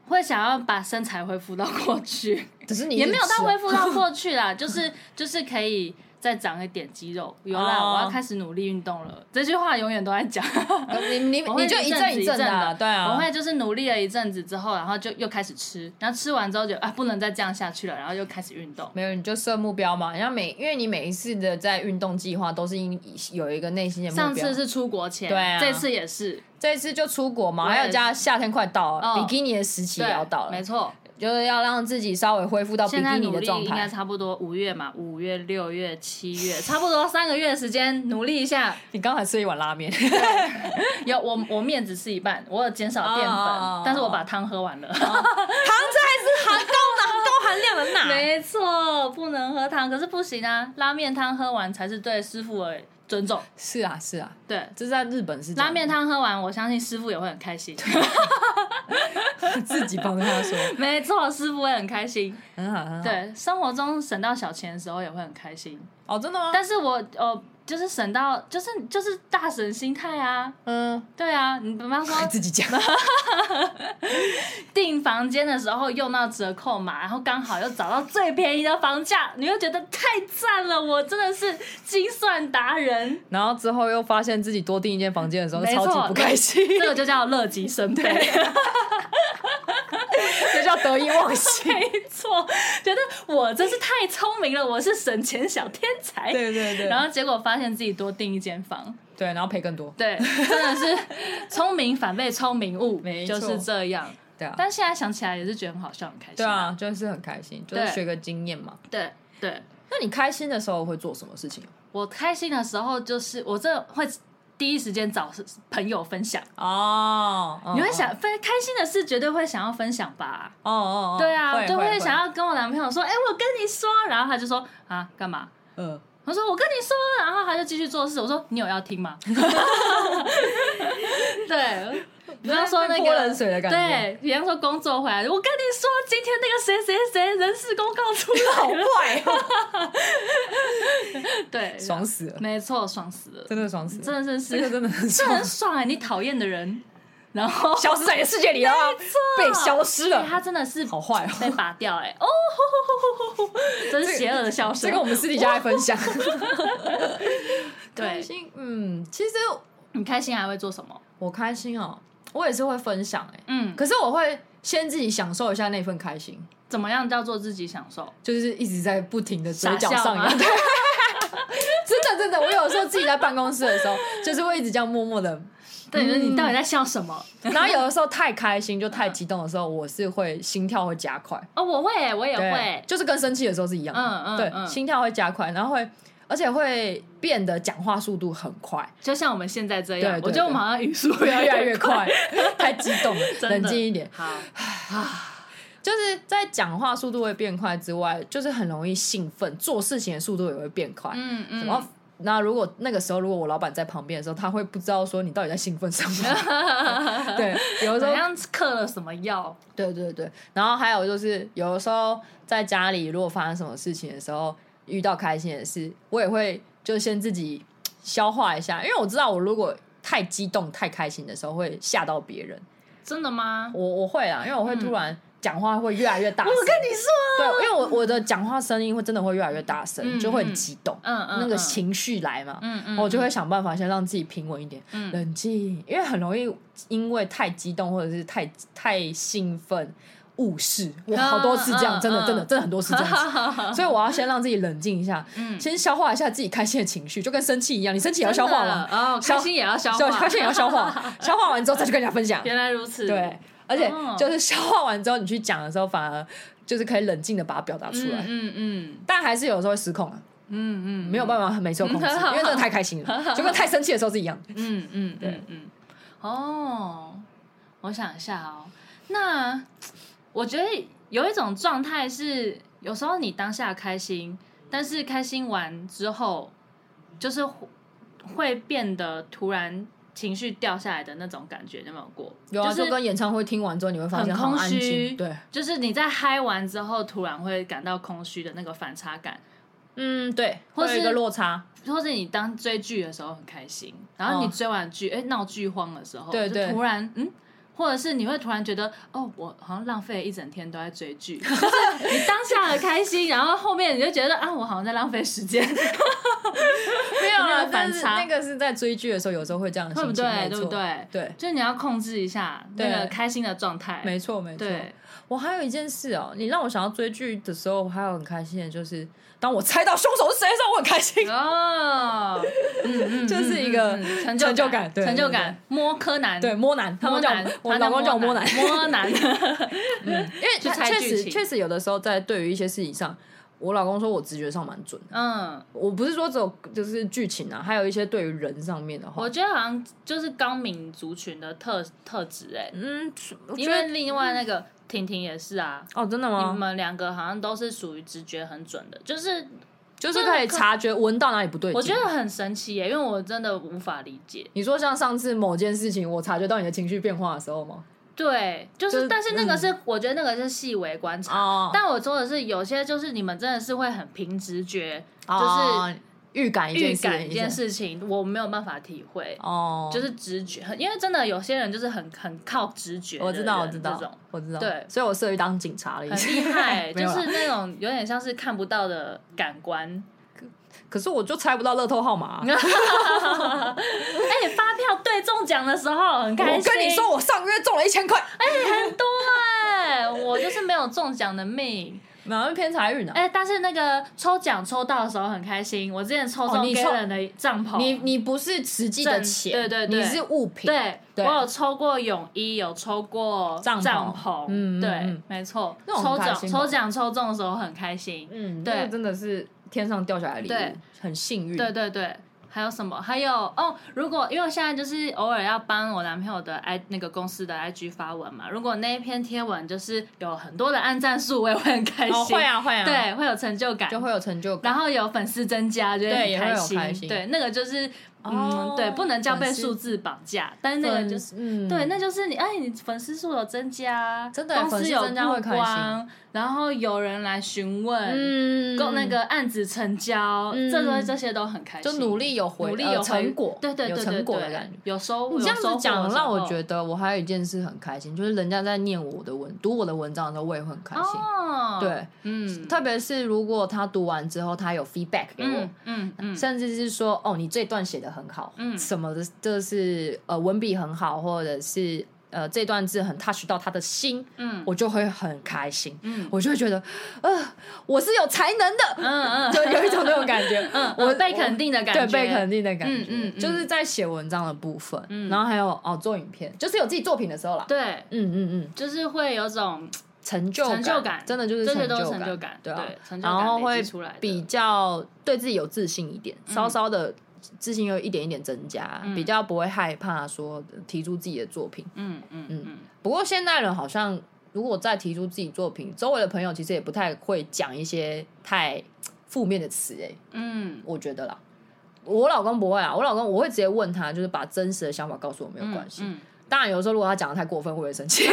S2: 会想要把身材恢复到过去，
S1: 只是你
S2: 也没有到恢
S1: 复，
S2: 复到过去啦， 就是就是可以再长一点肌肉。有啦，
S1: 哦
S2: 我要开始努力运动了。这句话永远都在讲，
S1: 呃你你
S2: 我 会
S1: 你就
S2: 一
S1: 阵
S2: 阵子一
S1: 阵的啊，
S2: 阵的
S1: 对啊，
S2: 我会就是努力了一阵子之后，然后就又开始吃，然后吃完之后就啊不能再这样下去了，然后又开始运动。
S1: 没有，你就设目标嘛。然后每因为你每一次的在运动计划都是因有一个内心的目标。
S2: 上次是出国前，
S1: 对啊
S2: 这次也是，
S1: 这一次就出国嘛，
S2: 我也
S1: 还有加夏天快到了，
S2: 哦
S1: 比基尼的时期
S2: 对
S1: 也要到
S2: 没
S1: 了，
S2: 错。
S1: 就是要让自己稍微恢复到比
S2: 现在
S1: 基尼
S2: 努
S1: 的
S2: 力
S1: 状
S2: 应该
S1: 态。
S2: 差不多五月嘛，五月、六月、七月， 差不多三个月的时间努力一下。
S1: 你刚才吃了一碗拉面，
S2: 有我我面只吃一半，我有减少淀粉，
S1: 哦
S2: 但是我把汤喝完了。
S1: 含高的高含量 的钠。
S2: 没错，不能喝汤，可是不行啊，拉面汤喝完才是对师傅的尊重。
S1: 是啊是啊，
S2: 对，
S1: 这是在日本是这样
S2: 拉面汤喝完，我相信师傅也会很开心。
S1: 自己帮他说，
S2: 没错，师傅会很开 心。
S1: 很好很好。
S2: 对，生活中省到小钱的时候也会很开心。
S1: 哦，真的吗？
S2: 但是我呃，就是省到，就是就是大省心态啊。
S1: 嗯，
S2: 对啊，你比 方说
S1: 自己讲。
S2: 订房间的时候用到折扣码，然后刚好又找到最便宜的房价，你会觉得太赞了，我真的是精算达人。
S1: 然后之后又发现自己多订一间房间的 时候，
S2: 没
S1: 超
S2: 错
S1: 级不开心，
S2: 这个就叫乐极生悲。
S1: 这叫得意忘形。
S2: 没错，觉得我真是太聪明了，我是省钱小天 才。
S1: 对对对，
S2: 然后结果发现自己多订一间房，
S1: 对，然后赔更多。
S2: 对，真的是聪明反被聪明误
S1: 没，错
S2: 就是这样。
S1: 对啊，
S2: 但现在想起来也是觉得很好笑，很开心、
S1: 对啊，，就是很开心，就是
S2: 对
S1: 学个经验嘛。
S2: 对对，
S1: 那你开心的时候会做什么事情？
S2: 我开心的时候就是我真的会第一时间找朋友分享。
S1: 哦，
S2: 你会想分开心的事，绝对会想要分享吧？
S1: 哦哦，哦
S2: 对啊，就
S1: 会
S2: 会想，要跟我男朋友说：“哎，我跟你说。”然后他就说：“啊，干嘛？”
S1: 嗯，
S2: 我说我跟你说，然后他就继续做事。我说你有 要听吗？对，比方说那
S1: 被泼
S2: 个
S1: 冷水的感觉
S2: 对，比方说工作回来，我跟你说今天那个谁谁谁人事公告出
S1: 好
S2: 来了，
S1: 坏哦，
S2: 对，
S1: 爽死了，
S2: 没错，爽死了，
S1: 真的爽死了，
S2: 真的
S1: 这
S2: 是
S1: 个
S2: 是
S1: 真的很
S2: 这
S1: 爽
S2: 很，爽哎、你讨厌的人，然 后
S1: 消失在你的世界里了啊，被消失
S2: 哎
S1: 了，
S2: 他真的是
S1: 好坏 哦
S2: 被拔掉哎、哦， 吼吼吼吼吼吼真是邪恶的笑声。
S1: 这个我们私底下来分享。开
S2: 对
S1: 心，嗯，其实
S2: 你开心还会做什么？
S1: 我开心哦，我也是会分享哎，
S2: 嗯，
S1: 可是我会先自己享受一下那份开心，
S2: 怎么样叫做自己享受？
S1: 就是一直在不停的嘴角
S2: 傻笑
S1: 上
S2: 吗
S1: 扬。对 真的真的，我有时候自己在办公室的时候， 就是会一直这样默默的。
S2: 对，就是
S1: 嗯
S2: 你到底在笑什么？
S1: 然后有的时候太开心就太激动的时候，我是会心跳会加快，
S2: 哦，我会，我也
S1: 对
S2: 会，，
S1: 就是跟生气的时候是一样的。
S2: 嗯嗯
S1: 对，
S2: 嗯
S1: 心跳会加快，然后会而且会变得讲话速度很快，
S2: 就像我们现在这样，
S1: 对对
S2: 我觉得我们好像语速
S1: 越
S2: 来
S1: 来越快， 太激动了，
S2: 真的
S1: 冷静一点。
S2: 好，
S1: 就是在讲话速度会变快之外，就是很容易兴奋，做事情的速度也会变快。
S2: 嗯嗯，
S1: 然后，那如果那个时候如果我老板在旁边的时候，他会不知道说你到底在兴奋什么。 对，有的时
S2: 好
S1: 候，
S2: 像嗑了什么药？
S1: 对对对。然后还有就是，有的时候在家里如果发生什么事情的时候，遇到开心的事，我也会就先自己消化一下，因为我知道我如果太激动、太开心的时候会吓到别人。
S2: 真的吗？
S1: 我我会啦，因为我会突然讲话会越来越大声。
S2: 嗯你说，啊
S1: 对，因为我我的讲话声音会真的会越来越大声，
S2: 嗯
S1: 就会很激动，
S2: 嗯嗯，
S1: 那个
S2: 嗯，
S1: 情绪来嘛，
S2: 嗯嗯，
S1: 哦我就会想办法先让自己平稳一点，
S2: 嗯
S1: 冷静，因为很容易因为太激动或者是太太兴奋误事，我
S2: 啊
S1: 好多次这样，
S2: 嗯
S1: 真的
S2: 嗯
S1: 真的真的很多次这样子，所以我要先让自己冷静一下，
S2: 嗯
S1: 先消化一下自己开心的情绪，就跟生气一样，你生气也要消化嘛，
S2: 真的哦，
S1: 消
S2: 开心也要消
S1: 消
S2: 化，
S1: 开心也要消化，消化完之后再去跟人家分享，
S2: 原来如此，
S1: 对，，而且
S2: 哦
S1: 就是消化完之后，你去讲的时候，反而就是可以冷静的把它表达出
S2: 嗯
S1: 来，
S2: 嗯嗯
S1: 但还是有时候会失控啊，
S2: 嗯嗯，
S1: 没有办法每次都控制，
S2: 嗯
S1: 因为真的太开心 了， 就跟太生气的时候是一样。
S2: 嗯嗯
S1: 对
S2: 嗯嗯，哦，我想一下哦，那我觉得有一种状态是，有时候你当下开心，但是开心完之后，就是会会变得突然情绪掉下来的那种感觉，你有没有过？
S1: 有啊，
S2: 就
S1: 就是跟演唱会听完之后，你会发现
S2: 很空
S1: 安静，
S2: 虚
S1: 对，
S2: 就是你在嗨完之后，突然会感到空虚的那个反差感。
S1: 嗯，对，
S2: 或
S1: 会有一
S2: 是
S1: 个落差，
S2: 或者你当追剧的时候很开心，然后你
S1: 哦
S2: 追完剧，哎、闹剧荒的时候，
S1: 对
S2: 就
S1: 对
S2: 突然嗯。或者是你会突然觉得，哦，我好像浪费了一整天都在追剧，就是你当下很开心，然后后面你就觉得啊，我好像在浪费时 间，
S1: 没有
S2: 那
S1: 啦，但
S2: 个反
S1: 是
S2: 差
S1: 那个是在追剧的时候，有时候会这样的
S2: 对 不
S1: 心情，
S2: 对？
S1: 没
S2: 对不
S1: 错？
S2: 对？
S1: 对，
S2: 就是你要控制一下那
S1: 对
S2: 个开心的状态，
S1: 没错，没错。
S2: 对，
S1: 我还有一件事哦，你让我想要追剧的时候，我还有很开心的就是，当我猜到凶手是谁的时候，我很开心。
S2: 哦，嗯嗯，
S1: 就是一个
S2: 嗯嗯嗯成
S1: 成就
S2: 就
S1: 感
S2: 感，
S1: 对
S2: 成就
S1: 对
S2: 感，摸柯南，
S1: 对，摸男，他
S2: 嗯摸
S1: 们叫
S2: 男，
S1: 我我
S2: 他叫
S1: 老公叫我摸男，
S2: 摸 男，
S1: 因为
S2: 去
S1: 他
S2: 猜
S1: 确
S2: 剧
S1: 实
S2: 情
S1: 确实有的时候在对于一些事情上，我老公说我直觉上蛮准的。
S2: 嗯，
S1: 我不是说只有就是剧情啊，还有一些对于人上面的话
S2: 我，觉得好像就是高敏族群的特特质哎、
S1: 嗯，我觉
S2: 因
S1: 得
S2: 为另外那个婷婷也是啊，
S1: 哦，真的
S2: 你
S1: 吗？
S2: 们两个好像都是属于直觉很准的，就是
S1: 嗯就是可以察觉闻到哪里不对劲。
S2: 我觉得很神奇耶、因为我真的无法理解。
S1: 你说像上次某件事情，我察觉到你的情绪变化的时候吗？
S2: 对，就是，
S1: 就是嗯
S2: 但是那个是、我觉得那个是细微观察，
S1: 哦
S2: 但我说的是有些就是你们真的是会很凭直觉，
S1: 哦预感一
S2: 就
S1: 件
S2: 是预
S1: 事
S2: 感一件事情，我没有办法体会。
S1: 哦，
S2: 就是直觉，很因为真的有些人就是很很靠直觉的
S1: 我
S2: 人，
S1: 知道，我知
S2: 这种
S1: 道，我知道，
S2: 对
S1: 所以我适合当警察了已
S2: 很
S1: 经。
S2: 厉害，
S1: 没
S2: 就
S1: 有啦
S2: 是那种有点像是看不到的感 官。
S1: 可是我就猜不到乐透号码啊、
S2: 而且发票对中奖的时候很开
S1: 我
S2: 心，
S1: 跟你说，我上个月中了一千块，
S2: 很多哎、我就是没有中奖的命。
S1: 哪有偏财运啊？
S2: 哎、但是那个抽奖抽到的时候很开心，我之前抽
S1: 哦
S2: 中
S1: 你
S2: g
S1: 抽
S2: a l n 的帐篷，
S1: 你你不是实际的
S2: 正
S1: 钱，
S2: 对对对
S1: 你是物品，
S2: 对
S1: 对
S2: 我有抽过泳衣，有抽过
S1: 帐篷
S2: 篷
S1: 嗯嗯
S2: 对，
S1: 嗯
S2: 没错，
S1: 那种
S2: 抽
S1: 很开
S2: 奖
S1: 心吧
S2: 抽奖抽中的时候很开心，
S1: 嗯，
S2: 对
S1: 那个真的是天上掉下来的礼
S2: 对
S1: 物，很幸运。
S2: 对对对，还有什么？还有哦，如果因为我现在就是偶尔要帮我男朋友的 i 那个公司的 IG 发文嘛，如果那一篇贴文就是有很多的按赞数，我也会很开心。
S1: 哦，会，啊会啊，，
S2: 对，会有成就感，
S1: 就会有成就感。
S2: 然后有粉丝增加，就
S1: 对也
S2: 很
S1: 会有
S2: 开心。
S1: 开心
S2: 对，那个就是嗯，
S1: 哦
S2: 对，不能叫被
S1: 粉丝
S2: 数字绑架，但是那个就是。
S1: 是，嗯，
S2: 对，那就是你，哎，你粉丝数有增加，
S1: 真的耶
S2: 公
S1: 粉
S2: 司
S1: 丝
S2: 有
S1: 增加会
S2: 曝
S1: 开心
S2: 光，然后有人来询问，
S1: 嗯，
S2: 够那个案子成交，
S1: 嗯
S2: 这个这些都很开
S1: 就
S2: 心，
S1: 努力有回
S2: 努力
S1: 呃
S2: 有回
S1: 成果，
S2: 对对对
S1: 有
S2: 对
S1: 成果
S2: 对
S1: 的感觉。
S2: 有收获。
S1: 你这样
S2: 有收
S1: 子
S2: 获
S1: 讲
S2: 的时
S1: 让我
S2: 候
S1: 觉得我还有一件事很开心，就是人家在念我的文，读我的文章的时候，我也会很开心。
S2: 哦，，
S1: 对，
S2: 嗯，
S1: 特别是如果他读完之后，他有 feedback 给我，
S2: 嗯嗯嗯，
S1: 甚至是说哦，你这段写的很好，
S2: 嗯
S1: 什么的，就是呃文笔很好，或者是呃这段字很 touch 到他的心，
S2: 嗯
S1: 我就会很开心，
S2: 嗯
S1: 我就会觉得，呃，我是有才能的，
S2: 嗯嗯，
S1: 就有一种那种感觉，
S2: 嗯，
S1: 我
S2: 我被肯定的感觉，
S1: 对被肯定的感觉，
S2: 嗯嗯嗯嗯
S1: 就是在写文章的部分，然后还有哦做影片，就是有自己作品的时候啦，
S2: 对，
S1: 嗯嗯嗯，
S2: 就是会有种
S1: 成就
S2: 成就感
S1: 真的就是
S2: 这些
S1: 成
S2: 都是
S1: 就
S2: 成就
S1: 感
S2: 感，，
S1: 对啊，
S2: 成就
S1: 然后
S2: 感累
S1: 会
S2: 积出来的
S1: 比较对自己有自信一点，稍稍的自信又一点一点增加，比较不会害怕说提出自己的作品。
S2: 嗯嗯嗯
S1: 不过现代人好像如果再提出自己作品，周围的朋友其实也不太会讲一些太负面的词，哎，
S2: 嗯
S1: 我觉得啦。我老公不会啊，我老公我会直接问他，就是把真实的想法告诉我，没有
S2: 嗯，
S1: 关系。
S2: 嗯，
S1: 当然，有时候如果他讲的太过分，我也生气。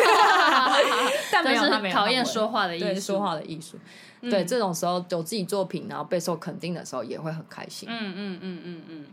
S1: 但没
S2: 但
S1: 有， 他没
S2: 是
S1: 有
S2: 讨
S1: 他
S2: 厌
S1: 不会
S2: 说话的艺
S1: 对
S2: 术，
S1: 说话的艺术。嗯对，这种时候有自己作品，然后备受肯定的时候，也会很开心。
S2: 嗯嗯嗯嗯嗯，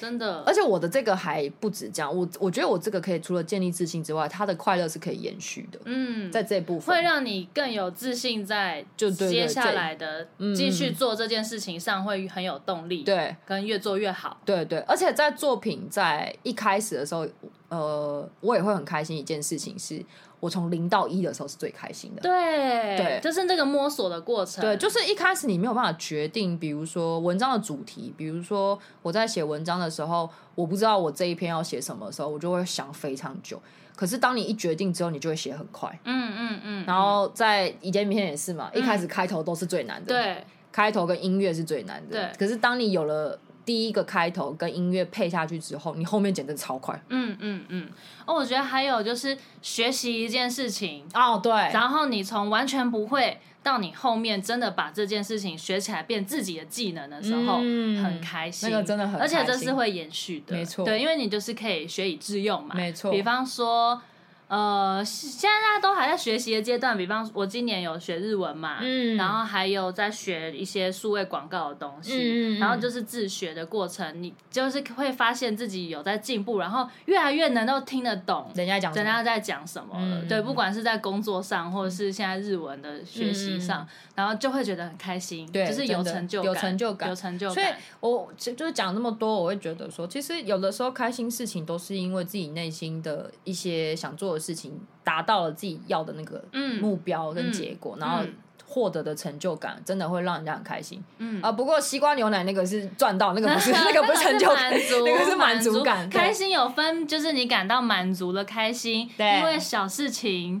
S2: 真的，
S1: 而且我的这个还不止这样，我我觉得我这个可以除了建立自信之外，他的快乐是可以延续的，
S2: 嗯，
S1: 在这部
S2: 会
S1: 分。
S2: 让你更有自信，在
S1: 就对对
S2: 接下来的
S1: 嗯
S2: 继续做这件事情上会很有动力，，
S1: 对
S2: 跟越做越好。
S1: 对对，而且在作品在一开始的时候，呃，我也会很开心。一件事情是我从零到一的时候是最开心的。
S2: 对，
S1: 对
S2: 就是那个摸索的过程，
S1: 对，就是一开始你没有办法决定，比如说文章的主题，比如说我在写文章的时候，我不知道我这一篇要写什么的时候，我就会想非常久。可是当你一决定之后，你就会写很快。
S2: 嗯嗯嗯，
S1: 然后在《一见面》也是嘛，一开始开头都是最难的，，
S2: 对，
S1: 开头跟音乐是最难的。
S2: 对
S1: 可是当你有了第一个开头跟音乐配下去之后，你后面简直超快。
S2: 嗯嗯嗯。哦，我觉得还有就是学习一件事情，
S1: 哦，对，
S2: 然后你从完全不会到你后面真的把这件事情学起来变自己的技能的时候，
S1: 嗯
S2: 很开心，
S1: 那个真的很
S2: 而且
S1: 开
S2: 这
S1: 心
S2: 是会延续的，
S1: 没错
S2: 对，因为你就是可以学以致用嘛，
S1: 没错
S2: 比方说。呃，现在大家都还在学习的阶段，比方说我今年有学日文嘛，
S1: 嗯
S2: 然后还有在学一些数位广告的东西，
S1: 嗯嗯嗯
S2: 然后就是自学的过程，你就是会发现自己有在进步，然后越来越能够听得懂
S1: 人家讲什
S2: 人
S1: 么
S2: 家在讲什么了。
S1: 哦嗯
S2: 对，不管是在工作上，或者是现在日文的学习
S1: 嗯
S2: 上，
S1: 嗯
S2: 然后就会觉得很开心，
S1: 对
S2: 就是有
S1: 真的
S2: 成就感，
S1: 有成就感
S2: 有成就
S1: 所以
S2: 感。
S1: 我就就是讲那么多，我会觉得说，其实有的时候开心事情都是因为自己内心的一些想做的事情达到了自己要的那个
S2: 嗯
S1: 目标跟结果，然后
S2: 嗯
S1: 获得的成就感，真的会让人家很开心。
S2: 嗯
S1: 啊，不过西瓜牛奶那个是赚到，那个不 是 那个不是成就感，那
S2: 那个是满足
S1: 个是满足感，对
S2: 开。心有分，就是你感到满足的开心，
S1: 对
S2: 因为小事 情，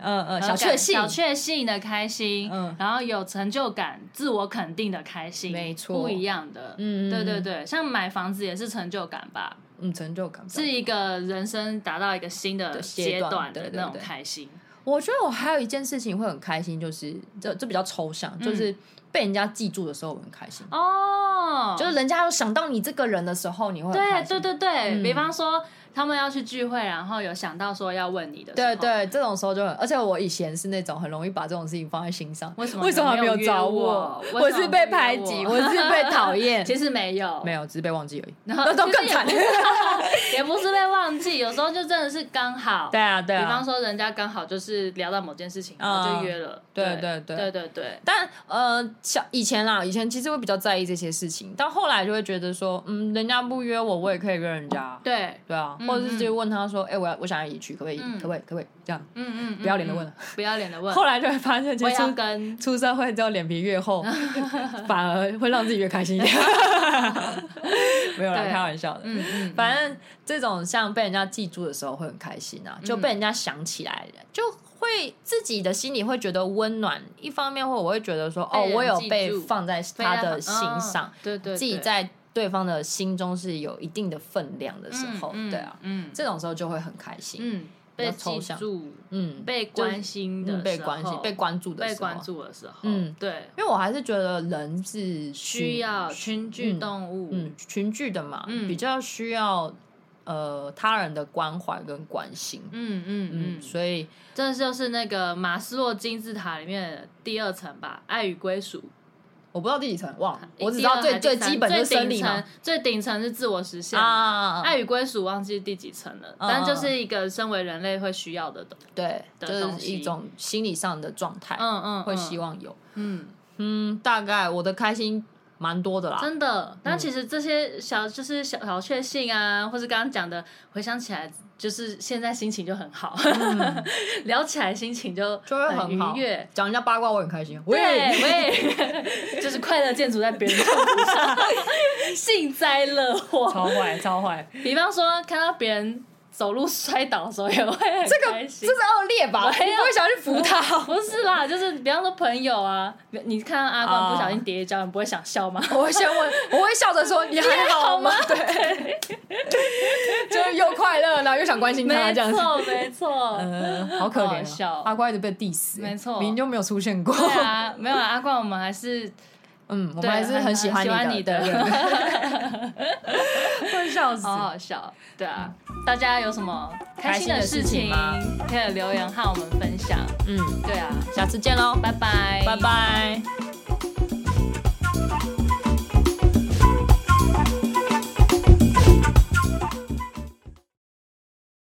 S1: 嗯嗯，小
S2: 呃
S1: 确幸
S2: 小，确幸的开心，
S1: 嗯
S2: 然后有成就感、自我肯定的开心，
S1: 没错
S2: 不一样的，
S1: 嗯嗯
S2: 对对对，像买房子也是成就感吧，
S1: 嗯，成就感。
S2: 是一个人生达到一个新的
S1: 的阶
S2: 阶
S1: 段
S2: 段
S1: 对
S2: 的
S1: 对
S2: 那种
S1: 对
S2: 开心，
S1: 我觉得我还有一件事情会很开心，就是这这比较抽
S2: 嗯
S1: 象，就是被人家记住的时候我很开心，
S2: 哦，
S1: 就是人家有想到你这个人的时候，你会很开
S2: 对
S1: 心
S2: 对对对，
S1: 嗯
S2: 比方说他们要去聚会，然后有想到说要问你的时候，
S1: 对对，这种时候就很，而且我以前是那种很容易把这种事情放在心上。
S2: 为什么
S1: 为什么
S2: 你没
S1: 有
S2: 有
S1: 找
S2: 约
S1: 我
S2: 我？
S1: 我
S2: 为什么
S1: 是
S2: 没
S1: 被
S2: 有约
S1: 排挤，
S2: 我
S1: 我是被讨厌，
S2: 其实没有，
S1: 没有，只是被忘记而已。
S2: 然后
S1: 那都
S2: 其实
S1: 更
S2: 也
S1: 惨
S2: 不。是也不是被忘记，有时候就真的是刚好。
S1: 对啊，对
S2: 比
S1: 啊。
S2: 方说，人家刚好就是聊到某件事情，然后就约了。
S1: 对
S2: 对
S1: 对对
S2: 对对对，
S1: 但呃，小以前啦，以前其实会比较在意这些事情，到后来就会觉得说，嗯，人家不约我，我也可以约人家。
S2: 对
S1: 对啊，
S2: 嗯
S1: 或者是直接问他说，哎、我要我想要一起去，可不可以？
S2: 嗯
S1: 可不可以？可不可以？这样
S2: 嗯嗯嗯，
S1: 不要脸的问了
S2: 嗯，不要脸的问，
S1: 后来嗯就会发现，其
S2: 我
S1: 实
S2: 也
S1: 出
S2: 要跟
S1: 出社会之后脸皮越 厚，反而会让自己越开心一点。没有啦，
S2: 对
S1: 开玩笑的。
S2: 嗯嗯，
S1: 反正这种像被人家记住的时候会很开心啊，就
S2: 嗯
S1: 被人家想起来，就会自己的心里会觉得温暖。一方面会我会觉得说，哦
S2: 被，人
S1: 我有
S2: 记
S1: 被
S2: 住
S1: 放在
S2: 非
S1: 他
S2: 常
S1: 的心
S2: 嗯
S1: 上，
S2: 对对，
S1: 自己
S2: 对
S1: 在对方的心中是有一定的分量的时候，
S2: 嗯嗯
S1: 对啊，
S2: 嗯
S1: 这种时候就会很开心。
S2: 嗯，
S1: 比较
S2: 被
S1: 抽
S2: 记
S1: 象
S2: 住、
S1: 嗯，
S2: 被关心的
S1: 嗯被
S2: 时
S1: 关心、
S2: 候
S1: 被关注的时
S2: 被
S1: 候，
S2: 关注的时候，
S1: 嗯
S2: 对，
S1: 因为我还是觉得人是
S2: 需要群居
S1: 嗯
S2: 动物，
S1: 嗯群聚的嘛，
S2: 嗯
S1: 比较需要呃他人的关怀跟关心。
S2: 嗯嗯
S1: 嗯，
S2: 嗯，
S1: 所以
S2: 这就是那个马斯洛金字塔里面的第二层吧，爱与归属。
S1: 我不知道第几层，忘了，我只知
S2: 第二
S1: 道
S2: 还
S1: 最
S2: 是
S1: 最
S2: 第三
S1: 基本就是
S2: 最
S1: 生理
S2: 顶层
S1: 嘛，
S2: 最顶层哎是自我实现嘛。
S1: 啊，
S2: 爱与归属忘记第几层了，
S1: 嗯
S2: 但就是一个身为人类会需要的东。
S1: 对，
S2: 的
S1: 就
S2: 东
S1: 是
S2: 西
S1: 一种心理上的状态，
S2: 嗯嗯，
S1: 会希
S2: 望。
S1: 望有。
S2: 嗯，
S1: 嗯，大概我的开心蛮多的啦，
S2: 真的。
S1: 嗯
S2: 但其实这些小就是小小确幸啊，或是刚刚讲的，回想起来就是现在心情就很好， 聊起来心情就
S1: 就会
S2: 很
S1: 很嗯哦好
S2: 愉悦。。
S1: 讲人家八卦我很开心，
S2: 对
S1: 喂，
S2: 喂， 就是快乐建筑在别人痛苦上，幸灾 乐祸。
S1: 超坏超坏，
S2: 比方说，看到别人走路摔倒的时候，也会很
S1: 这个
S2: 开
S1: 这
S2: 心
S1: 是恶劣吧？你
S2: 没有
S1: 不会想去扶他哦？
S2: 不是啦，就是比方说朋友啊，你看到阿
S1: 哦
S2: 光不小心跌一跤，你不会想笑吗？
S1: 我会先问，我会笑着说你还好吗？对， 就是又快乐，然后又想关心他
S2: 没
S1: 这样子。
S2: 错，没错。
S1: 嗯，好可
S2: 好好
S1: 怜
S2: 笑
S1: 啊！阿瓜一直被 diss，欸
S2: 没错
S1: 明明就没有出现过。
S2: 对啊，没有啊，阿冠，我们还是
S1: 嗯，我们
S2: 对
S1: 还是
S2: 很
S1: 喜欢
S2: 很
S1: 你
S2: 喜
S1: 的，
S2: 欢你
S1: 对对对 会笑死。
S2: 哦好好笑。对啊，大家有什么开心的
S1: 开心的事
S2: 事
S1: 情
S2: 情
S1: 吗，
S2: 可以留言和我们分享。
S1: 嗯，
S2: 对啊，
S1: 下次见喽，
S2: 拜拜，
S1: 拜。拜。